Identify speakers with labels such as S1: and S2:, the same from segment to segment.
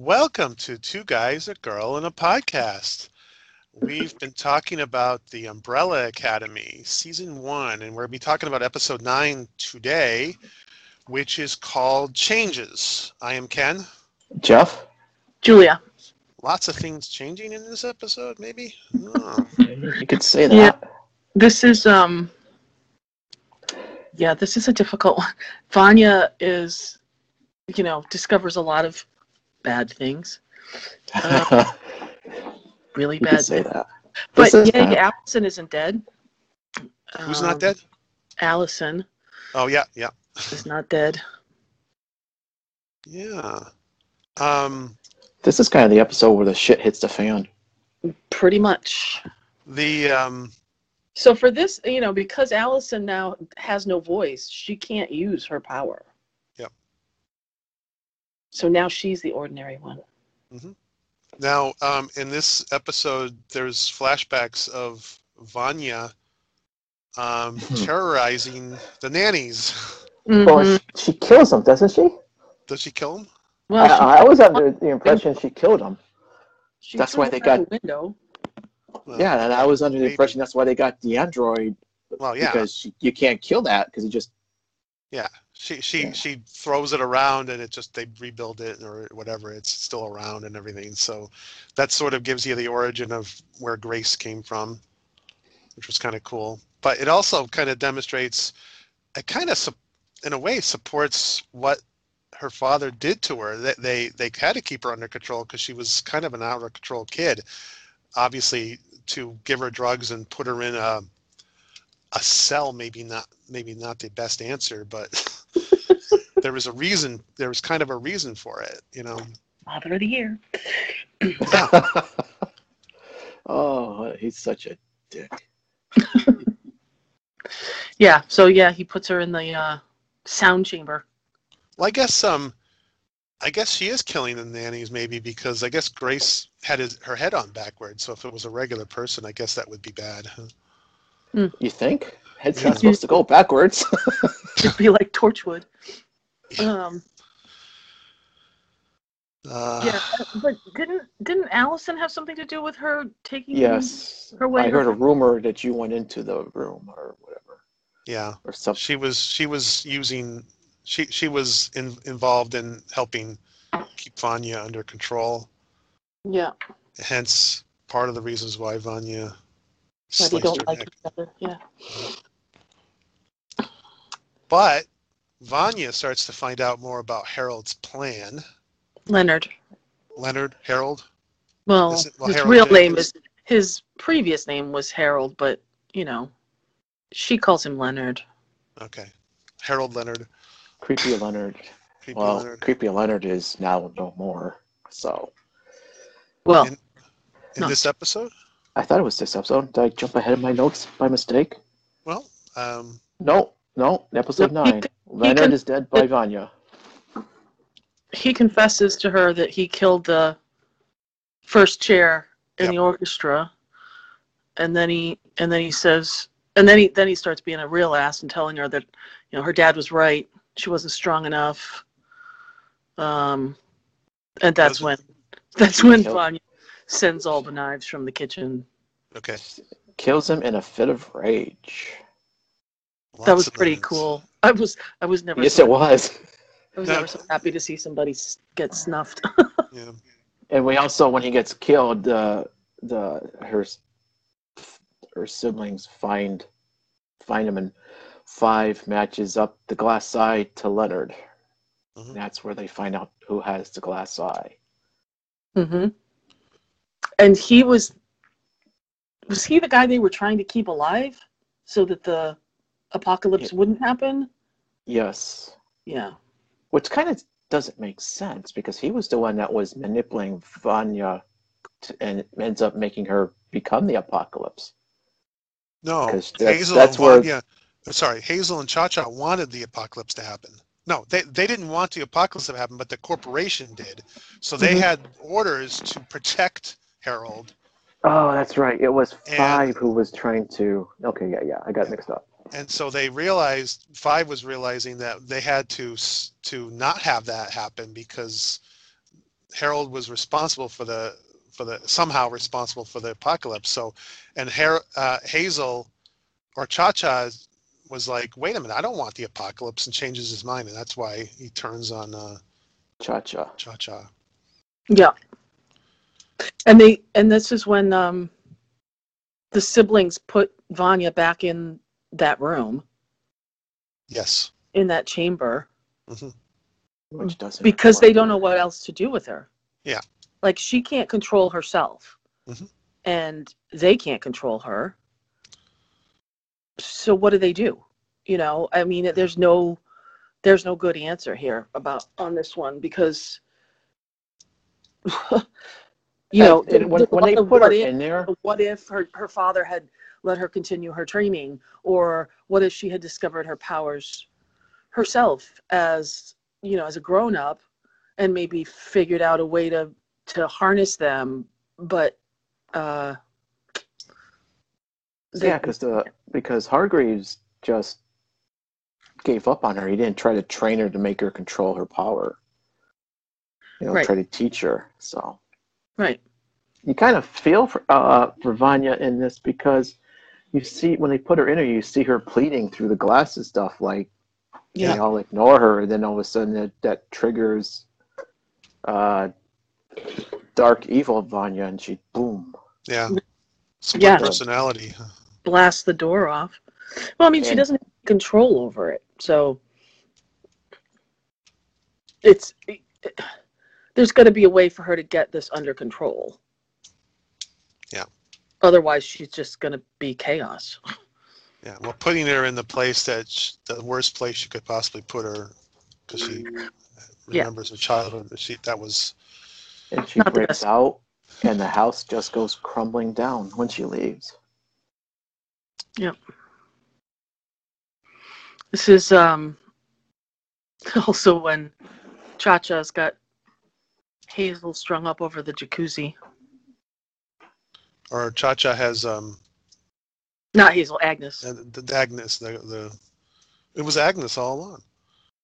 S1: Welcome to Two Guys, a Girl, and a Podcast. We've been talking about the Umbrella Academy, season one, and we're going to be talking about episode nine today, which is called Changes. I am Ken.
S2: Jeff?
S3: Julia.
S1: Lots of things changing in this episode, maybe? Oh.
S2: You could say that.
S3: This is um yeah, this is a difficult one. Vanya is you know, discovers a lot of bad things. Yeah. Really
S2: you could
S3: bad.
S2: say that.
S3: But
S2: This is
S3: yay,
S2: bad.
S3: Allison isn't dead.
S1: Who's
S3: Um,
S1: not dead?
S3: Allison
S1: Oh, yeah, yeah.
S3: is not dead.
S1: Yeah. Um,
S2: This is kind of the episode where the shit hits the fan.
S3: Pretty much.
S1: the, um,
S3: So for this, you know, because Allison now has no voice, she can't use her power.
S1: Yep.
S3: So now she's the ordinary one.
S1: Now, um, in this episode, there's flashbacks of Vanya um,
S2: Mhm.
S1: terrorizing the nannies.
S3: Mm-hmm.
S2: Well, she, she kills him, doesn't she?
S1: Does she kill them?
S3: Mm-hmm. Well,
S2: I,
S3: she-
S2: I was under the impression she killed him.
S3: she
S2: that's
S3: threw
S2: why
S3: it
S2: they
S3: out
S2: got-
S3: the window.
S2: Yeah, and I was under the
S1: Maybe.
S2: impression that's why they got the android
S1: Well, yeah.
S2: because she, you can't kill that because it just
S1: she she
S2: yeah.
S1: she throws it around and it just they rebuild it or whatever. It's still around and everything. So that sort of gives you the origin of where Grace came from, which was kind of cool. But it also kind of demonstrates, it kind of sup- in a way supports what her father did to her. That they they had to keep her under control because she was kind of an out of control kid. Obviously, to give her drugs and put her in a a cell, maybe not maybe not the best answer, but there was a reason. There was kind of a reason for it, you know.
S3: Mother of the year.
S2: oh, he's such a dick.
S3: Yeah. So yeah, he puts her in the uh, sound chamber.
S1: Well, I guess um, I guess she is killing the nannies maybe because I guess Grace had his, her head on backwards. So if it was a regular person, I guess that would be bad. huh?
S2: You think head's
S1: Yeah.
S2: not supposed to go backwards?
S3: Mm-hmm. It'd be like Torchwood. Um,
S1: Uh,
S3: yeah, but didn't didn't Allison have something to do with her taking?
S2: yes.
S3: Her way
S2: I heard a rumor that you went into the room or whatever
S1: yeah.
S2: or something.
S1: She was she was using she she was in, involved in helping keep Vanya under control.
S3: Yeah.
S1: Hence, part of the reasons why Vanya
S3: But they
S1: sliced her
S3: don't like
S1: neck.
S3: each other. Yeah.
S1: But Vanya starts to find out more about Harold's plan.
S3: Leonard.
S1: Leonard Harold.
S3: Well,
S1: Is it- well,
S3: his
S1: Harold
S3: real
S1: Jenkins?
S3: name is his previous name was Harold, but you know, she calls him Leonard.
S1: Okay. Harold Leonard.
S2: Creepy Leonard.
S1: Creepy
S2: well,
S1: Leonard.
S2: Creepy Leonard is now no more. So
S3: Well,
S1: And- In
S3: no.
S1: this episode?
S2: I thought it was this episode. Did I jump ahead of my notes by mistake?
S1: Well, um,
S2: No, no. Episode
S3: No, he
S2: nine.
S3: c-
S2: Leonard
S3: con-
S2: is dead by Vanya.
S3: he confesses to her that he killed the first chair in
S1: Yep.
S3: the orchestra, and then he and then he says, and then he then he starts being a real ass and telling her that you know her dad was right, she wasn't strong enough. Um, and that's when
S1: Wasn't-
S3: that's when
S2: Nope.
S3: Vanya sends all the knives from the kitchen.
S1: okay.
S2: Kills him in a fit of rage.
S3: that
S1: Lots
S3: was
S1: of
S3: pretty
S1: evidence.
S3: cool. I was I was never
S2: Yes,
S3: so,
S2: it was.
S3: I was
S1: No.
S3: never so happy to see somebody s- get snuffed.
S1: Yeah.
S2: And we also, when he gets killed, uh, the her her siblings find find him, and five matches up the glass eye to Leonard.
S1: Mhm.
S2: That's where they find out who has the glass eye.
S3: hmm And he was was he the guy they were trying to keep alive so that the apocalypse wouldn't happen?
S2: Yes.
S3: Yeah.
S2: which kind of doesn't make sense because he was the one that was manipulating Vanya to, and it ends up making her become the apocalypse.
S1: No.
S2: 'Cause that's-
S1: Hazel
S2: that's
S1: and
S2: where-
S1: Vanya. Sorry, Hazel and Cha Cha wanted the apocalypse to happen. No, they, they didn't want the apocalypse to happen, but the corporation did. So they
S3: Mhm.
S1: had orders to protect Harold,
S2: Oh, that's right. It was
S1: And-
S2: Five who was trying to. Okay, yeah, yeah. I got mixed up.
S1: and so they realized Five was realizing that they had to s- to not have that happen because Harold was responsible for the for the somehow responsible for the apocalypse. So, and Har- uh, Hazel or Cha Cha was like, wait a minute, I don't want the apocalypse, and changes his mind, and that's why he turns on uh,
S2: Cha Cha.
S1: Cha Cha.
S3: Yeah. And they and this is when um the siblings put Vanya back in that room,
S1: Yes.
S3: in that chamber,
S2: Which doesn't
S3: because they don't know
S2: work.
S3: what else to do with her.
S1: Yeah.
S3: Like she can't control herself.
S2: Mm-hmm.
S1: Mhm.
S3: And they can't control her. So what do they do? You know, I mean there's no there's no good answer here about on this one because you know,
S2: And- and when,
S3: there's a
S2: when
S3: lot
S2: they
S3: of
S2: put her
S3: what if-
S2: in there,
S3: what if her, her father had let her continue her training or what if she had discovered her powers herself as you know as a grown up and maybe figured out a way to to harness them but uh they-
S2: yeah, because the because Hargreaves just gave up on her. He didn't try to train her to make her control her power. You know,
S3: Right.
S2: try to teach her. So
S3: right
S2: you kind of feel for uh, for Vanya in this because you see when they put her in her, you see her pleading through the glass and stuff like
S3: yeah
S2: they all ignore her, and then all of a sudden that, that triggers uh, dark evil Vanya, and she boom.
S1: Yeah. Split
S3: Yeah.
S1: personality. huh?
S3: blast the door off well i mean she
S2: And-
S3: doesn't have control over it so it's there's got to be a way for her to get this under control
S1: Yeah.
S3: otherwise she's just going to be chaos
S1: Yeah. Well, putting her in the place that sh- the worst place you could possibly put her, because she remembers her childhood. but She that was
S2: and she
S3: Not the
S2: breaks
S3: best.
S2: out, and the house just goes crumbling down when she leaves.
S3: This is um also when Cha Cha's got Hazel strung up over the jacuzzi.
S1: or Cha Cha has um
S3: Not Hazel, Agnes.
S1: the, the- the Agnes the the it was Agnes all along.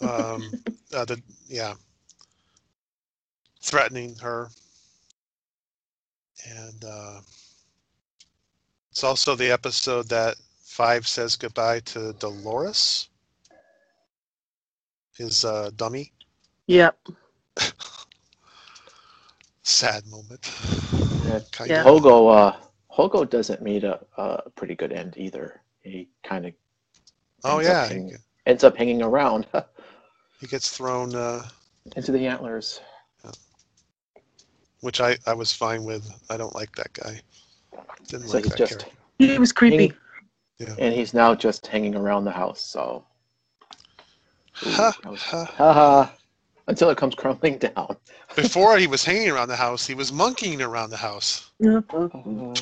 S1: Um, uh, the yeah, threatening her, and uh, it's also the episode that Five says goodbye to Dolores, his uh, dummy.
S3: Yep.
S1: sad moment.
S2: Yeah.
S1: Kind
S3: Yeah.
S1: of.
S2: Hogo, uh, Hogo doesn't meet a, a pretty good end either. He kind of
S1: Oh
S2: ends up
S1: yeah, he,
S2: hanging- ends up hanging around
S1: he gets thrown, uh,
S2: into the antlers.
S1: which I I was fine with. I don't like that guy. Didn't
S2: So
S1: like
S2: he's
S1: that
S2: just
S1: character.
S3: He was creepy.
S2: hanging,
S1: Yeah.
S2: and he's now just hanging around the house. So, Ooh,
S1: Ha,
S2: that was-
S1: ha.
S2: haha, until it comes crumbling down.
S1: Before he was hanging around the house, he was monkeying around the house,
S2: Uh, yeah.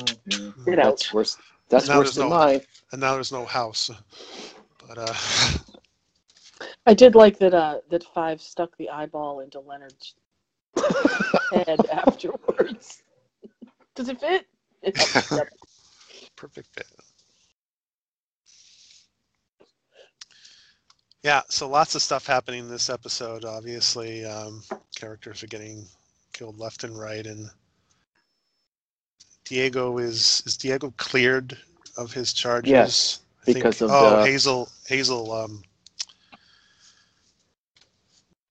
S3: Get out.
S2: That's worse. That's
S1: Now
S2: worse
S1: there's
S2: than
S1: no-
S2: mine.
S1: and now there's no house. But uh,
S3: I did like that uh that Five stuck the eyeball into Leonard's head afterwards. Does it fit?
S1: perfect fit. Yeah, so lots of stuff happening this episode. Obviously, um, characters are getting killed left and right, and Diego is is Diego cleared of his charges?
S2: Yes,
S1: I think-
S2: because of
S1: oh
S2: the-
S1: Hazel Hazel um,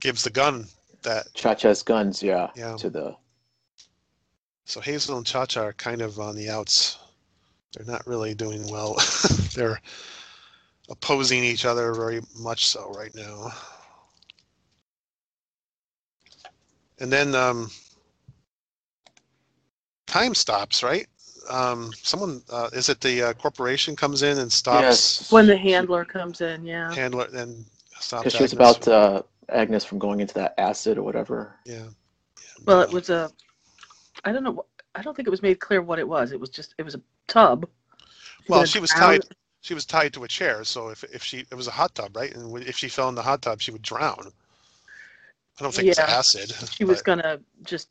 S1: gives the gun that
S2: Cha Cha's guns, yeah,
S1: Yeah.
S2: to the
S1: so Hazel and Cha Cha are kind of on the outs. They're not really doing well. They're opposing each other very much so right now. And then um, time stops, right? Um, someone uh, is it the uh, corporation comes in and stops
S2: Yes.
S3: when the handler comes in, yeah.
S1: handler and stops.
S2: Because she was
S1: Agnes.
S2: about uh, Agnes from going into that acid or whatever.
S1: yeah.
S3: Well, it was a I don't know wh- I don't think it was made clear what it was. It was just it was a tub.
S1: Well,
S3: Either
S1: she was
S3: drown-
S1: tied. She was tied to a chair, so if if she it was a hot tub, right? And w- if she fell in the hot tub, she would drown. I don't think it's
S3: Yeah.
S1: acid.
S3: She was
S1: but-
S3: gonna just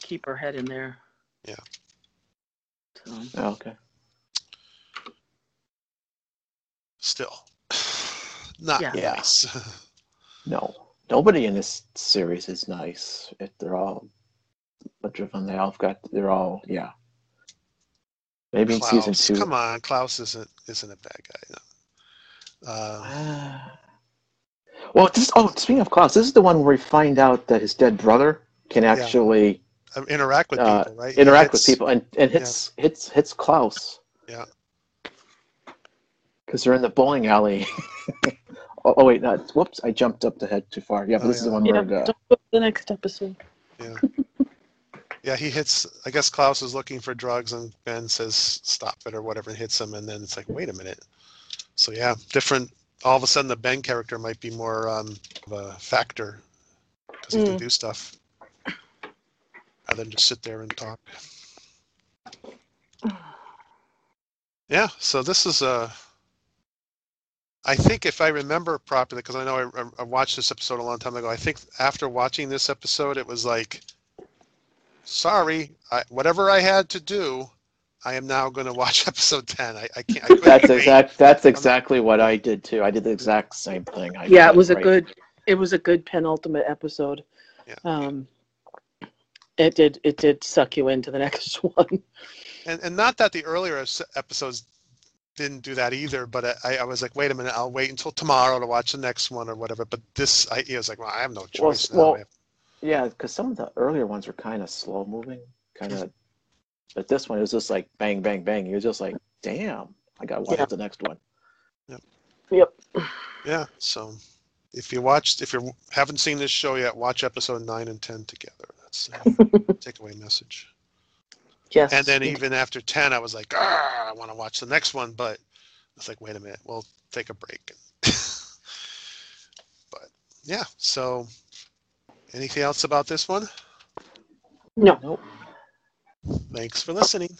S3: keep her head in there.
S1: Yeah.
S3: So,
S2: Oh, okay.
S1: still not
S3: Yeah.
S2: Yeah.
S1: nice.
S2: No, nobody in this series is nice. It, they're all driven. They all got. They're all yeah. Maybe in season
S1: Klaus.
S2: two.
S1: Come on, Klaus isn't isn't a bad guy. No. Uh,
S2: Ah. Well, this. Oh, speaking of Klaus, this is the one where we find out that his dead brother can
S1: Yeah.
S2: actually
S1: um, interact with
S2: Uh,
S1: people, right? He hits-
S2: interact with people and, and hits hits hits Klaus.
S1: Yeah.
S2: Because they're in the bowling alley. oh, oh, wait, no, whoops! I jumped up the head too far. Yeah, but
S1: Oh,
S2: this is the
S1: yeah.
S2: one
S3: Yeah,
S2: where uh, the,
S3: don't go to the next episode.
S1: Yeah, he hits. I guess Klaus is looking for drugs, and Ben says stop it or whatever, and hits him, and then it's like, wait a minute. So yeah, different. All of a sudden, the Ben character might be more um, of a factor because he can
S3: Mm.
S1: do stuff rather than just sit there and talk. Yeah, so this is uh, a. I think if I remember properly, because I know I, I- I watched this episode a long time ago. I think after watching this episode, it was like, sorry, I, whatever I had to do, I am now going to watch episode ten. I, I can't. I couldn't
S2: that's
S1: wait.
S2: exact. That's exactly what I did too. I did the exact same thing. I
S3: yeah, it
S2: did,
S3: was a
S2: right?
S3: good it was a good penultimate episode.
S1: Yeah.
S3: Um it did it did suck you into the next one.
S1: and and not that the earlier es- episodes didn't do that either but I, I was like wait a minute i'll wait until tomorrow to watch the next one or whatever but this i it was like well i have no choice now.
S2: well-
S1: I have-
S2: Yeah, because some of the earlier ones were kind of slow moving, kind of. But this one was just like bang, bang, bang. You're just like, damn, I gotta watch
S3: Yeah.
S2: the next one.
S1: yeah so if you watched if you haven't seen this show yet watch episode 9 and 10 together that's the takeaway message
S3: Yes.
S1: and then even after 10 i was like "Argh, i want to watch the next one but it's like wait a minute we'll take a break but yeah so anything else about this one
S3: No.
S2: Nope.
S1: thanks for listening